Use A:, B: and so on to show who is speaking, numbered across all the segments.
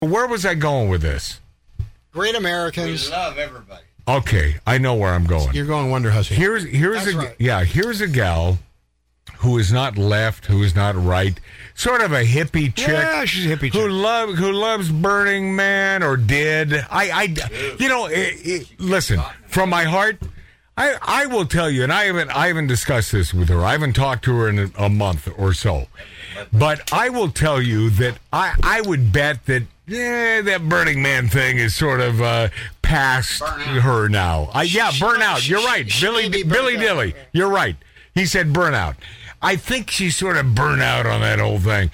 A: Where was I going with this?
B: Great Americans.
C: love everybody.
A: Okay, I know where I'm going.
B: You're going Wonder Hussy.
A: Here's here's
B: That's
A: a
B: right.
A: yeah, here's a gal who is not left, who is not right, sort of a hippie chick.
B: Yeah, she's a hippie
A: who
B: chick.
A: love who loves Burning Man or did. I I you know, it, it, listen, from my heart I, I will tell you, and I haven't I haven't discussed this with her. I haven't talked to her in a, a month or so, but I will tell you that I, I would bet that yeah that Burning Man thing is sort of uh, past her now. I, yeah, burnout. You're right,
B: she
A: Billy
B: may be
A: Billy
B: burnt out.
A: Dilly. You're right. He said burnout. I think she's sort of burnout on that whole thing.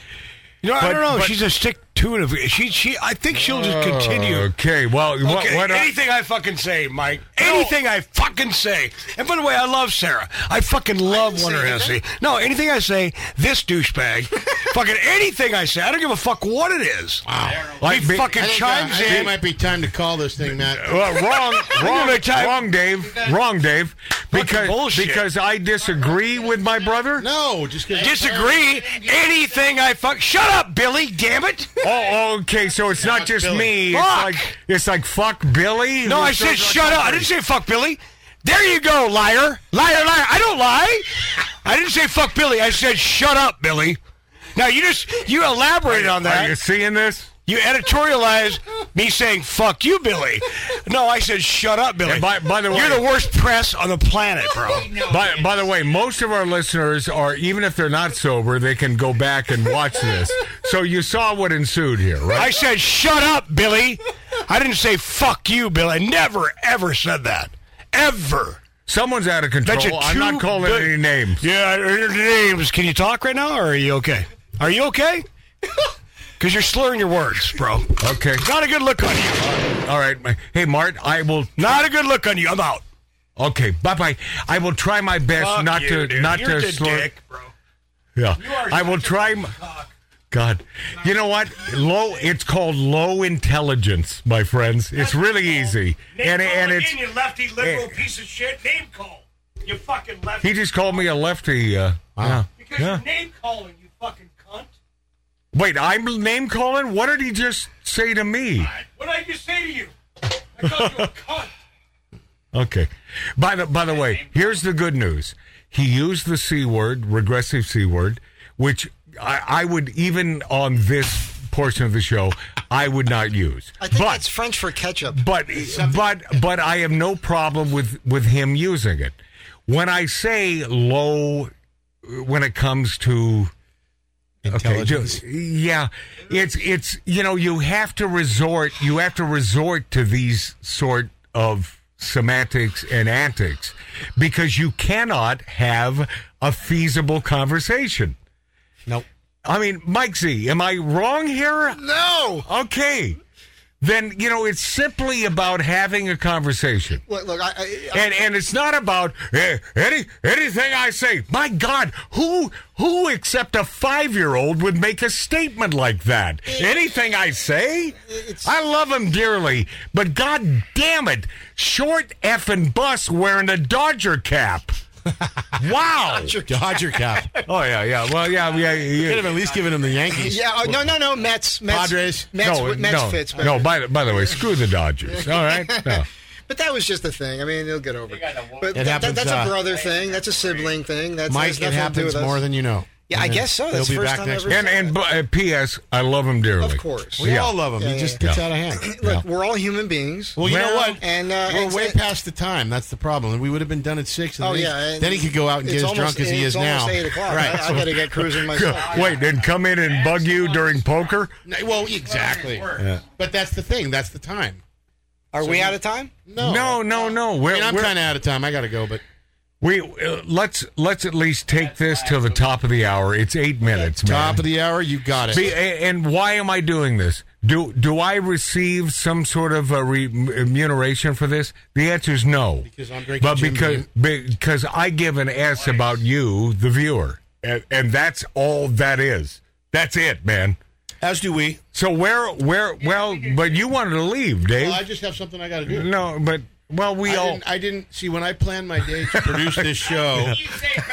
D: You know, I
A: But-
D: don't know.
A: but-
D: she's a stick to it. She, she. I think she'll just continue.
A: Uh, Okay. Well, what,
D: Okay,
A: what uh,
D: anything I fucking say, Mike. Anything I fucking say. And by the way, I love Sarah. I fucking love Wonder Hennessy. No, anything I say, this douchebag. fucking anything I say, I don't give a fuck what it is. Wow.
A: Like
D: he
A: be-
D: fucking
B: I think, uh, I
D: chimes
B: think it
D: in.
B: might be time to call this thing, Matt.
A: Well, wrong,
D: Another
A: wrong,
D: time.
A: wrong, Dave, wrong, Dave,
D: Bunch of
A: because
D: bullshit.
A: because I disagree with my brother.
B: No, just because.
D: Disagree. Anything I fuck. Shut up, Billy. Damn it.
A: Oh, okay, so it's not just
B: Billy.
A: me. It's
D: Fuck.
A: like it's like fuck Billy.
D: No,
A: who
D: I
A: shows
D: said shut up. I didn't say fuck Billy. There you go, liar. Liar, liar. I don't lie. I didn't say fuck Billy. I said shut up, Billy. Now you just you elaborate on that.
A: Are you seeing this?
D: You editorialize me saying "fuck you, Billy." No, I said "shut up, Billy."
A: And by- by the way-
D: you're the worst press on the planet, bro.
A: By, by the way, most of our listeners are even if they're not sober, they can go back and watch this. So you saw what ensued here, right?
D: I said "shut up, Billy." I didn't say "fuck you, Billy." I never ever said that. Ever.
A: Someone's out of control.
D: Bet you
A: I'm
D: two
A: not calling
D: bi-
A: any names.
D: Yeah, your names. Can you talk right now, or are you okay? Are you okay? Because you're slurring your words, bro.
A: Okay.
D: Not a good look on you.
A: All right. Hey, Mart, I will.
D: Not a good look on you. I'm out.
A: Okay. Bye bye. I will try my best
D: Fuck
A: not
D: you,
A: to
D: dude.
A: not
D: You're
A: to
D: the
A: slur.
D: dick, bro.
A: Yeah. I will try. m- God, you know what? Low. It's called low intelligence, my friends. It's really easy, and and it's
D: you lefty liberal
A: eh.
D: piece of shit. Name call. You fucking lefty.
A: he just called me a lefty. Uh, yeah.
D: Because
A: Yeah.
D: you're name calling, you fucking cunt.
A: Wait, I'm name calling. What did he just say to me?
D: What did I just say to you? I called you a cunt.
A: Okay. By the by the way, here's the good news. He used the C word, regressive C word, which I, I would even on this portion of the show, I would not use.
B: I think
A: but
B: that's French for ketchup.
A: but but but I have no problem with with him using it. When I say low, when it comes to okay, just- yeah, it's it's you know you have to resort you have to resort to these sort of semantics and antics because you cannot have a feasible conversation.
B: Nope.
A: I mean, Mike Z, am I wrong here?
B: No.
A: Okay. Then, you know, it's simply about having a conversation.
B: Look, look I, I,
A: And and it's not about eh, any anything I say. My God, who who except a five year old would make a statement like that? Anything I say, I love him dearly, but God damn it, short effing bus wearing a Dodger cap. Wow.
E: Dodger cap.
A: Oh yeah, yeah. Well, yeah, yeah.
E: Could
A: yeah.
E: have at least given him the Yankees.
B: yeah, oh, no, no, no. Mets, Mets,
E: Padres.
B: Mets,
A: no,
B: Mets
A: no,
B: fits. better.
A: no. By the by the way, screw the Dodgers. All right. No.
B: But that was just a thing. I mean, they'll get over it. But
E: It
B: that,
E: happens,
B: that's
E: uh,
B: a brother thing. That's a sibling thing. That's
E: Mike,
B: has
E: it
B: nothing to do
E: happens
B: with us.
E: more than you know.
B: Yeah, I guess so. That's
E: He'll be
B: the first
E: back
B: time
E: next
B: ever-
E: week.
A: And and bu- uh, P.S. I love him dearly.
B: Of course.
E: We
A: Yeah.
E: all love him.
B: Yeah,
E: he
B: yeah,
E: just
B: yeah.
E: gets out of hand.
B: Look,
E: Yeah.
B: we're all human beings.
E: Well, you know
A: Well,
E: what?
B: and, uh,
E: we're
B: it's-
E: way
B: it-
E: past the time. That's the problem. We would have been done at six. And
B: Oh,
E: then he-
B: yeah, and
E: then he could go out and
B: it's
E: get as
B: almost-
E: drunk as he
B: it's
E: is
B: almost
E: now.
B: Eight o'clock.
E: Right.
B: I, I got to get cruising myself.
A: Wait, and come in and bug you during poker?
E: N- Well, exactly. But that's the thing. That's the time.
B: Are we out of time?
E: No.
A: No, no, no.
E: I
A: We're,
E: mean, I'm
A: we're-
E: kind of out of time. I got to go, but
A: we uh, let's let's at least take this till the top of the hour. It's eight minutes, man.
E: top of the hour, you got it.
A: Be- a- and why am I doing this? Do do I receive some sort of a re- remuneration for this? The answer is no.
E: Because I'm drinking
A: but
E: Jim
A: because because I give an s about you, the viewer, and, and that's all that is. That's it, man.
E: As do we.
A: So where where well, but you wanted to leave,
E: Well, I
A: Dave?
E: just have something I got to do.
A: No, but well, we
E: I
A: all
E: didn't, I didn't see when I planned my day to produce this show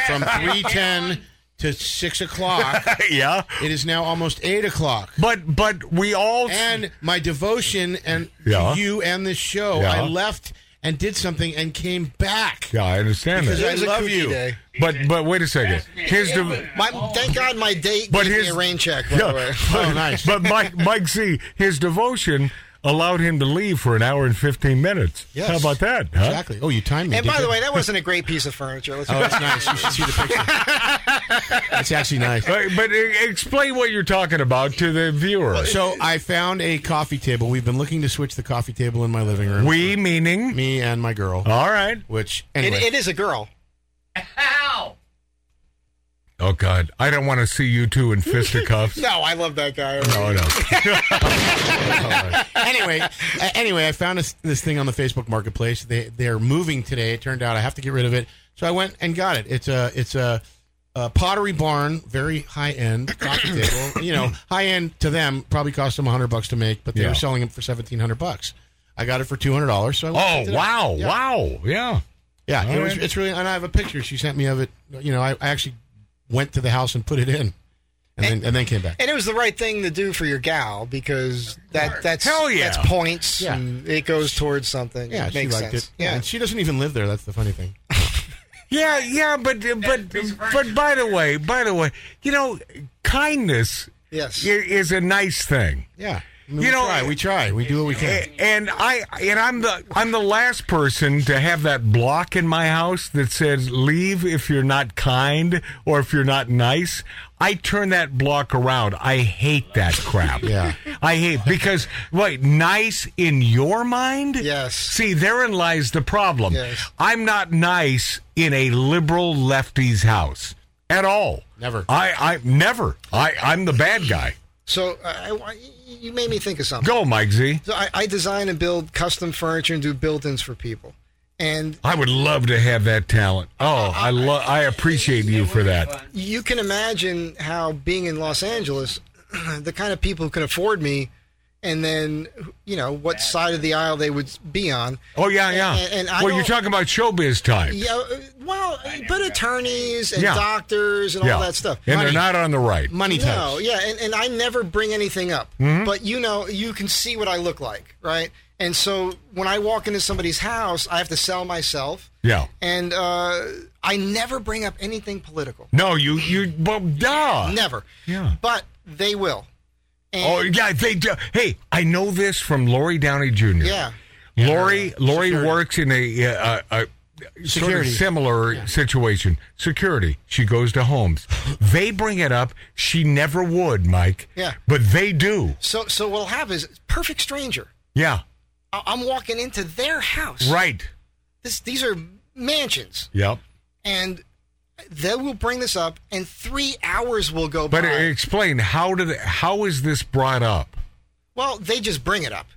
E: from three ten to six o'clock.
A: yeah.
E: it is now almost eight o'clock.
A: But but we all
E: And my devotion and to
A: Yeah.
E: you and this show,
A: Yeah.
E: I left and did something and came back.
A: yeah, I understand
B: Because
A: that.
E: I
B: it was a
E: love
B: kooky
E: you.
B: Day.
A: But but wait a second. Here's the
B: My, thank God my date
A: But
B: gave me
A: here's-
B: a rain check, by the way.
A: but,
E: Oh, nice.
A: But Mike Mike Z, his devotion allowed him to leave for an hour and fifteen minutes.
E: Yes.
A: How about that? Huh?
E: Exactly. Oh, you timed me.
B: And
E: did
B: by the
E: you?
B: way, that wasn't a great piece of furniture. Let's
E: oh, it's nice. You should see the picture. That's actually nice.
A: But, but e- explain what you're talking about to the viewer.
E: So I found a coffee table. We've been looking to switch the coffee table in my living room.
A: We Uh, meaning
E: me and my girl.
A: all right.
E: Which
B: it,
E: anyway,
B: it is a girl.
A: Oh God, I don't want to see you two in fisticuffs.
B: No, I love that guy.
A: Oh no.
E: anyway, uh, anyway, I found this, this thing on the Facebook Marketplace. They they're moving today. It turned out I have to get rid of it, so I went and got it. It's a it's a, a Pottery Barn, very high end coffee table. You know, high end to them probably cost them hundred bucks to make, but they
A: Yeah.
E: were selling it for seventeen hundred bucks. I got it for two hundred dollars. So I went and
A: Oh
E: picked it up.
A: wow,
E: Yeah.
A: wow, yeah.
E: Yeah,
A: All
E: it was,
A: right.
E: it's really, and I have a picture she sent me of it. You know, I, I actually went to the house and put it in, and then and then came back.
B: And it was the right thing to do for your gal because that that's
A: Hell yeah.
B: that's points
E: Yeah.
B: and it goes towards something.
E: Yeah,
B: it
E: she
B: makes
E: liked
B: sense.
E: it. Yeah,
B: Yeah.
E: and she doesn't even live there. That's the funny thing.
A: Yeah, yeah, but but but by the way, by the way, you know, kindness
B: Yes.
A: i- is a nice thing.
E: Yeah, I mean,
A: You
E: we
A: know,
E: try, we try, we do what we can.
A: A- And I and I'm the I'm the last person to have that block in my house that says leave if you're not kind or if you're not nice. I turn that block around. I hate that crap.
E: Yeah.
A: I hate because wait, nice in your mind?
B: Yes.
A: See, therein lies the problem.
B: Yes.
A: I'm not nice in a liberal lefty's house at all.
E: Never.
A: I I never. I I'm the bad guy.
B: So I, I- you made me think of something.
A: Go, Mike Z.
B: So I, I design and build custom furniture and do built-ins for people. And
A: I would love to have that talent. Oh, I love. I appreciate you for that.
B: you can imagine how being in Los Angeles, the kind of people who can afford me, and then you know what side of the aisle they would be on.
A: Oh yeah, yeah.
B: And- and I
A: well, you're
B: don't-
A: talking about showbiz time.
B: Yeah, uh, well, but attorneys and
A: Yeah.
B: doctors and all that stuff.
A: And
E: Money.
A: they're not on the right.
E: Money
B: No,
E: types.
B: yeah, and, and I never bring anything up.
A: Mm-hmm.
B: But you know, you can see what I look like, right? And so when I walk into somebody's house, I have to sell myself.
A: Yeah.
B: And uh, I never bring up anything political.
A: No, you you well, duh.
B: Never.
A: Yeah.
B: But they will. And
A: Oh yeah, they do. Hey, I know this from Lori Downey Jr.
B: Yeah.
A: Lori Lori works in a uh, a, a sort of
E: Security.
A: similar situation. Security. She goes to homes. They bring it up. She never would, Mike.
B: Yeah.
A: But they do.
B: So so what'll happen is perfect stranger.
A: Yeah.
B: I- I'm walking into their house.
A: Right.
B: This, these are mansions,
A: Yep.
B: and they will bring this up, and three hours will go
A: But
B: by.
A: explain how do they, how is this brought up?
B: Well, they just bring it up.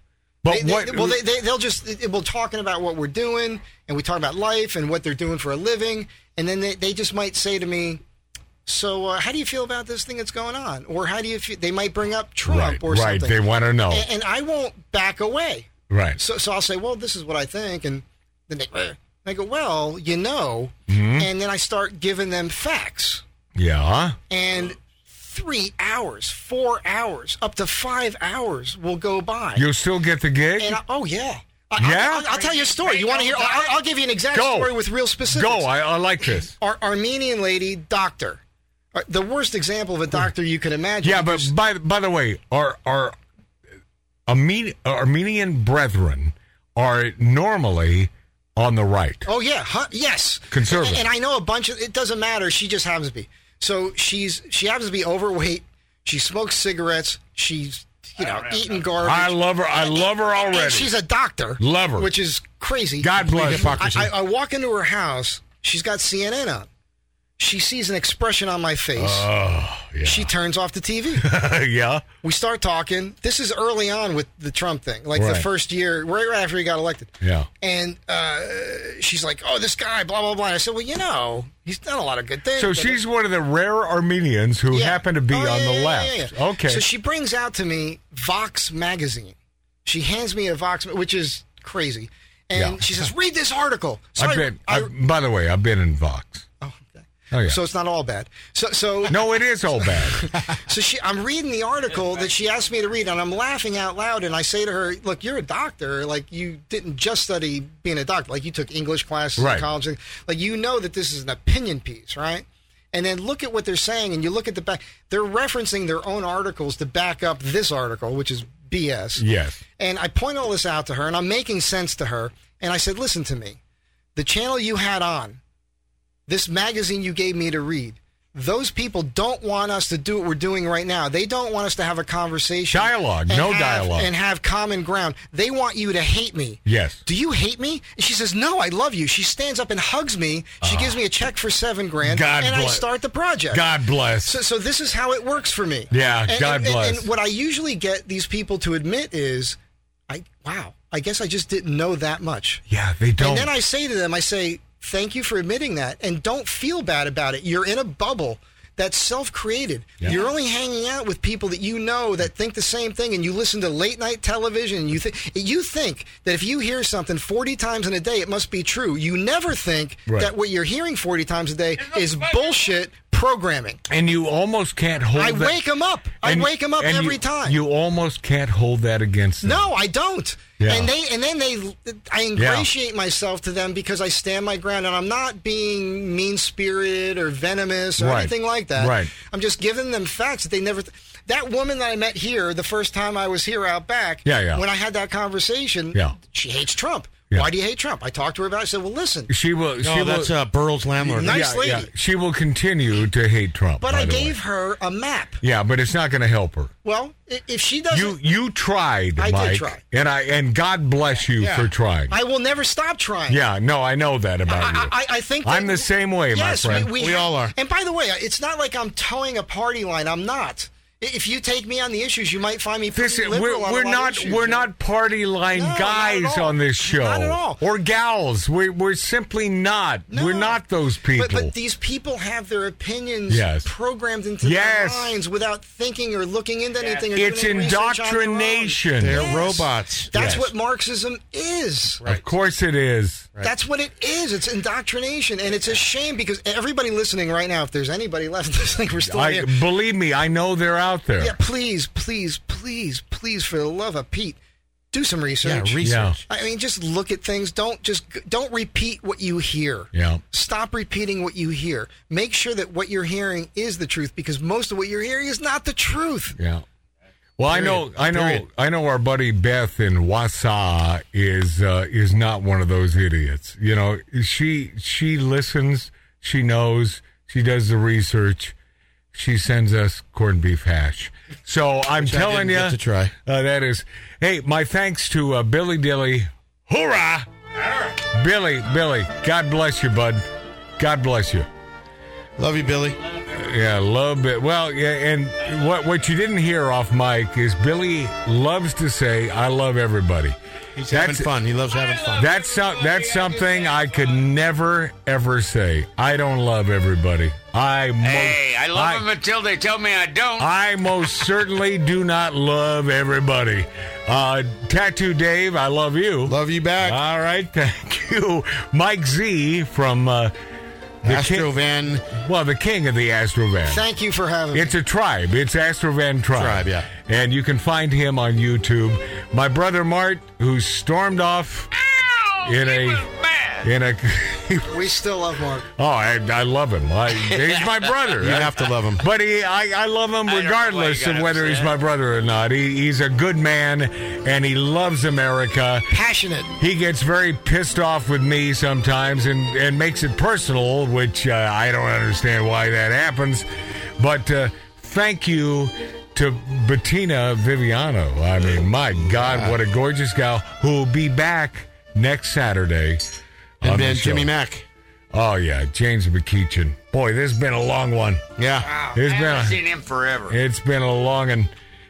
A: But
B: They- they-
A: what-
B: well, they, they, they'll just it- it- we're talking about what we're doing, and we talk about life and what they're doing for a living, and then they, they just might say to me, "So, uh, how do you feel about this thing that's going on?" Or how do you? Feel, they might bring up Trump
A: right,
B: or
A: right.
B: something,
A: They want to know.
B: and, and I won't back away.
A: right.
B: So, so I'll say, "Well, this is what I think," and then they, "Eh." I go, "Well, you know,"
A: Mm-hmm.
B: and then I start giving them facts,
A: yeah.
B: and three hours, four hours, up to five hours will go by.
A: You'll still get the gig.
B: And I, oh yeah, I,
A: Yeah?
B: I, will I'll tell you a story. You want to hear? I'll, I'll give you an exact
A: Go.
B: story with real specifics.
A: Go. I, I like this.
B: Our Armenian lady doctor, Uh, the worst example of a doctor you could imagine.
A: Yeah, but by by the way, our our Armenian, Armenian brethren are normally on the right.
B: oh yeah, huh, yes,
A: Conservative.
B: And, and I know a bunch of. It doesn't matter. She just happens to be. So she's she happens to be overweight. She smokes cigarettes. She's you know eating garbage.
A: I love her. I love her
B: And
A: already.
B: she's a doctor.
A: Love her.
B: Which is crazy.
A: God bless. her.
B: I, I, I walk into her house. She's got CNN on. She sees an expression on my face.
A: Oh,
B: She turns off the TV.
A: yeah.
B: we start talking. This is early on with the Trump thing, like the
A: Right.
B: first year, right, right after he got elected.
A: Yeah.
B: And uh, she's like, "Oh, this guy, blah blah blah." And I said, "Well, you know, he's done a lot of good things."
A: So
B: but-
A: she's one of the rare Armenians who
B: Yeah.
A: happen to be
B: Oh, yeah,
A: on the
B: yeah, yeah,
A: left.
B: yeah, yeah.
A: Okay.
B: So she brings out to me Vox magazine. She hands me a Vox, which is crazy, and
A: Yeah.
B: she says, "Read this article." So
A: I've been. I, by the way, I've been in Vox.
B: Oh, okay.
A: Oh, yeah.
B: So it's not all bad. So so
A: No, it is all bad.
B: so she, I'm reading the article that she asked me to read, and I'm laughing out loud. And I say to her, "Look, you're a doctor. Like you didn't just study being a doctor. Like you took English classes
A: Right.
B: in college. Like, Like you know that this is an opinion piece, right?" And then look at what they're saying, and you look at the back. They're referencing their own articles to back up this article, which is BS.
A: yes.
B: And I point all this out to her, and I'm making sense to her. And I said, Listen to me. The channel you had on, this magazine you gave me to read, those people don't want us to do what we're doing right now. They don't want us to have a conversation.
A: Dialogue,
B: and
A: no
B: have-
A: dialogue.
B: And have common ground. They want you to hate me.
A: Yes.
B: Do you hate me? And she says, No, I love you. She stands up and hugs me. She gives me a check for seven grand.
A: Uh-huh. God
B: and I
A: bless-
B: start the project.
A: God bless.
B: So, so this is how it works for me.
A: Yeah,
B: and,
A: God
B: and, and-
A: bless.
B: And what I usually get these people to admit is, I wow, I guess I just didn't know that much.
A: yeah, they don't.
B: And then I say to them, I say, thank you for admitting that, and don't feel bad about it. You're in a bubble that's self-created. You're only hanging out with people that you know that think the same thing, and you listen to late-night television. And you think you think that if you hear something 40 times in a day, it must be true. You never think
A: Right.
B: that what you're hearing 40 times a day is bullshit programming.
A: and you almost can't hold
B: I
A: that.
B: wake him up. I
A: and-
B: wake him up
A: and
B: every
A: you-
B: time.
A: You almost can't hold that against them.
B: no, I don't.
A: Yeah.
B: And they and then they I ingratiate myself to them because I stand my ground and I'm not being mean spirited or venomous or
A: Right.
B: anything like that.
A: Right.
B: I'm just giving them facts that they never th- that woman that I met here the first time I was here out back,
A: Yeah, yeah.
B: when I had that conversation,
A: Yeah.
B: she hates Trump.
A: Yeah.
B: Why do you hate Trump? I talked to her about it. I said, Well listen,
A: She will. she
E: No,
A: will,
E: that's uh, Burl's landlord.
B: Nice
A: yeah, yeah.
B: lady.
A: She will continue to hate Trump.
B: but
A: by
B: I
A: the way.
B: gave her a map.
A: Yeah, but it's not going to help her.
B: Well, i- if she doesn't
A: You you tried,
B: I did
A: Mike,
B: try.
A: and I and God bless you
E: Yeah.
A: for trying.
B: I will never stop trying.
A: yeah, no, I know that about you.
B: I, I, I think
A: I'm the same way, my
B: yes,
A: friend.
B: We,
E: We all are.
B: And by the way, it's not like I'm towing a party line. I'm not. I- If you take me on the issues, you might find me
A: this
B: pretty
A: is, we're
B: liberal on a
A: we're
B: lot of
A: not
B: issues,
A: we're
B: you know?
A: not party line
B: No, not at
A: guys
B: all.
A: on this show
B: Not at all.
A: or gals. We're we're simply not.
B: No.
A: We're not those people.
B: But, but these people have their opinions
A: Yes.
B: programmed into
A: Yes.
B: their minds without thinking or looking into anything. Or
A: it's
B: doing research on their own.
A: indoctrination.
E: They're robots.
B: That's
A: Yes.
B: what Marxism is.
A: Of course it is.
B: That's what it is. It's indoctrination, and it's a shame because everybody listening right now, if there's anybody left, I think we're still
A: I
B: here.
A: believe me. I know they're out there.
B: Yeah, please, please, please, please, for the love of Pete, do some
E: Yeah,
B: research.
E: research.
B: I mean, just look at things. Don't just don't repeat what you hear.
A: Yeah.
B: Stop repeating what you hear. Make sure that what you're hearing is the truth, because most of what you're hearing is not the truth.
A: Yeah. Well,
E: Period.
A: I know, I know,
E: Period.
A: I know. Our buddy Beth in Wausau is uh, is not one of those idiots. You know, she she listens, she knows, she does the research, she sends us corned beef hash. So I'm
E: I
A: telling
E: didn't
A: you,
E: get to try.
A: Uh, that is, hey, my thanks to uh, Billy Dilly, hoorah, Billy, Billy, God bless you, bud, God bless you.
E: Love you, Billy.
A: Yeah, a little bit. Well, yeah, and what what you didn't hear off Mike is Billy loves to say, "I love everybody."
E: He's
A: That's-
E: having fun. He loves having fun.
A: That's so, that's something I could never ever say. I don't love everybody. I mo-
C: Hey, I love
A: I,
C: them until they tell me I don't.
A: I most certainly do not love everybody. Uh, Tattoo Dave, I love you.
E: Love you back.
A: All right, thank you, Mike Z from uh, the
E: Astro
A: king,
E: Van
A: well, the king of the Astrovan.
B: Thank you for having me.
A: It's a tribe. It's Astrovan Tribe.
E: Tribe, yeah.
A: And you can find him on YouTube. My brother Mart, who stormed off
C: Ow,
A: in
C: he
A: a-
C: was mad.
A: in a.
B: We still love Mark.
A: oh, I, I love him. I, he's my brother.
E: You
A: I-
E: have to love him.
A: But he, I, I love him
C: I don't know why
A: regardless
C: you got
A: of whether he's
C: upset.
A: my brother or not. He, he's a good man, and he loves America.
B: Passionate.
A: He gets very pissed off with me sometimes and, and makes it personal, which uh, I don't understand why that happens. But uh, thank you to Bettina Viviano. I mean, my God, what a gorgeous gal who will be back next Saturday. on
E: and
A: the
E: then
A: show.
E: Jimmy Mack.
A: Oh, yeah, James McKeachin. Boy, this has been a long one.
E: Yeah.
C: I
A: It's been
C: haven't
A: a-
C: seen him forever.
A: It's been a long and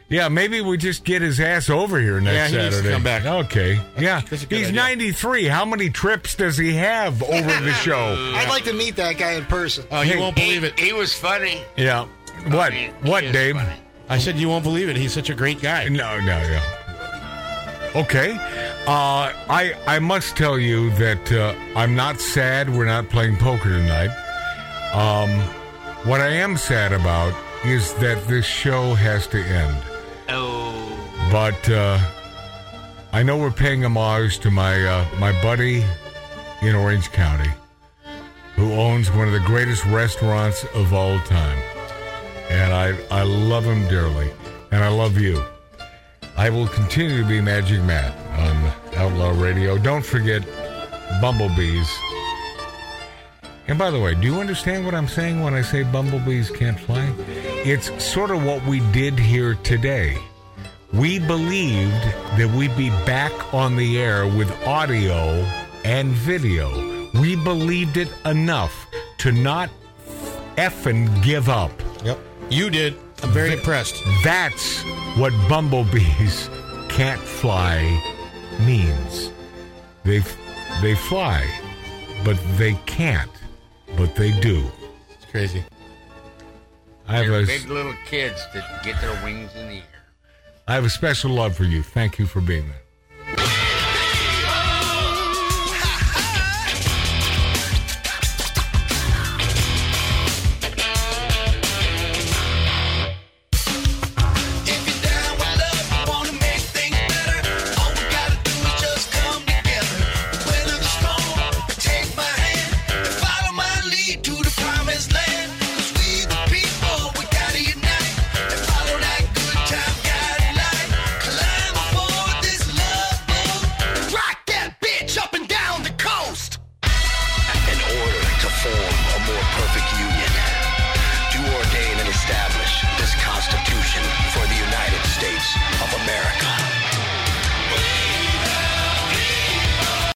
A: yeah, maybe we just get his ass over here next
E: Yeah, he
A: Saturday.
E: needs to come back.
A: Okay. Yeah.
E: that's a good
A: He's
E: idea.
A: 93. How many trips does he have over the show?
B: I'd like to meet that guy in person.
E: Oh, you won't believe it.
C: He, he was funny.
A: Yeah. What?
C: I mean,
A: what,
C: he is
A: Dave?
C: funny.
E: I said you won't believe it. He's such a great guy.
A: No, no, no. Okay. Uh, I I must tell you that uh, I'm not sad we're not playing poker tonight. What I am sad about is that this show has to end.
C: Oh,
A: But uh, I know we're paying homage to my uh, my buddy in Orange County, who owns one of the greatest restaurants of all time, and I I love him dearly, and I love you. I will continue to be Magic Matt on Outlaw Radio. Don't forget bumblebees. And by the way, do you understand what I'm saying when I say bumblebees can't fly? It's sort of what we did here today. We believed that we'd be back on the air with audio and video. We believed it enough to not effing give up.
E: Yep. You did. I'm very impressed.
A: That's what bumblebees can't fly means. They f- they fly, but they can't. But they do.
E: It's crazy.
A: I have
C: they're
A: a
C: big little kids that get their wings in the air.
A: I have a special love for you. Thank you for being there.
F: In order to form a more perfect union, do ordain and establish this Constitution for the United States of America.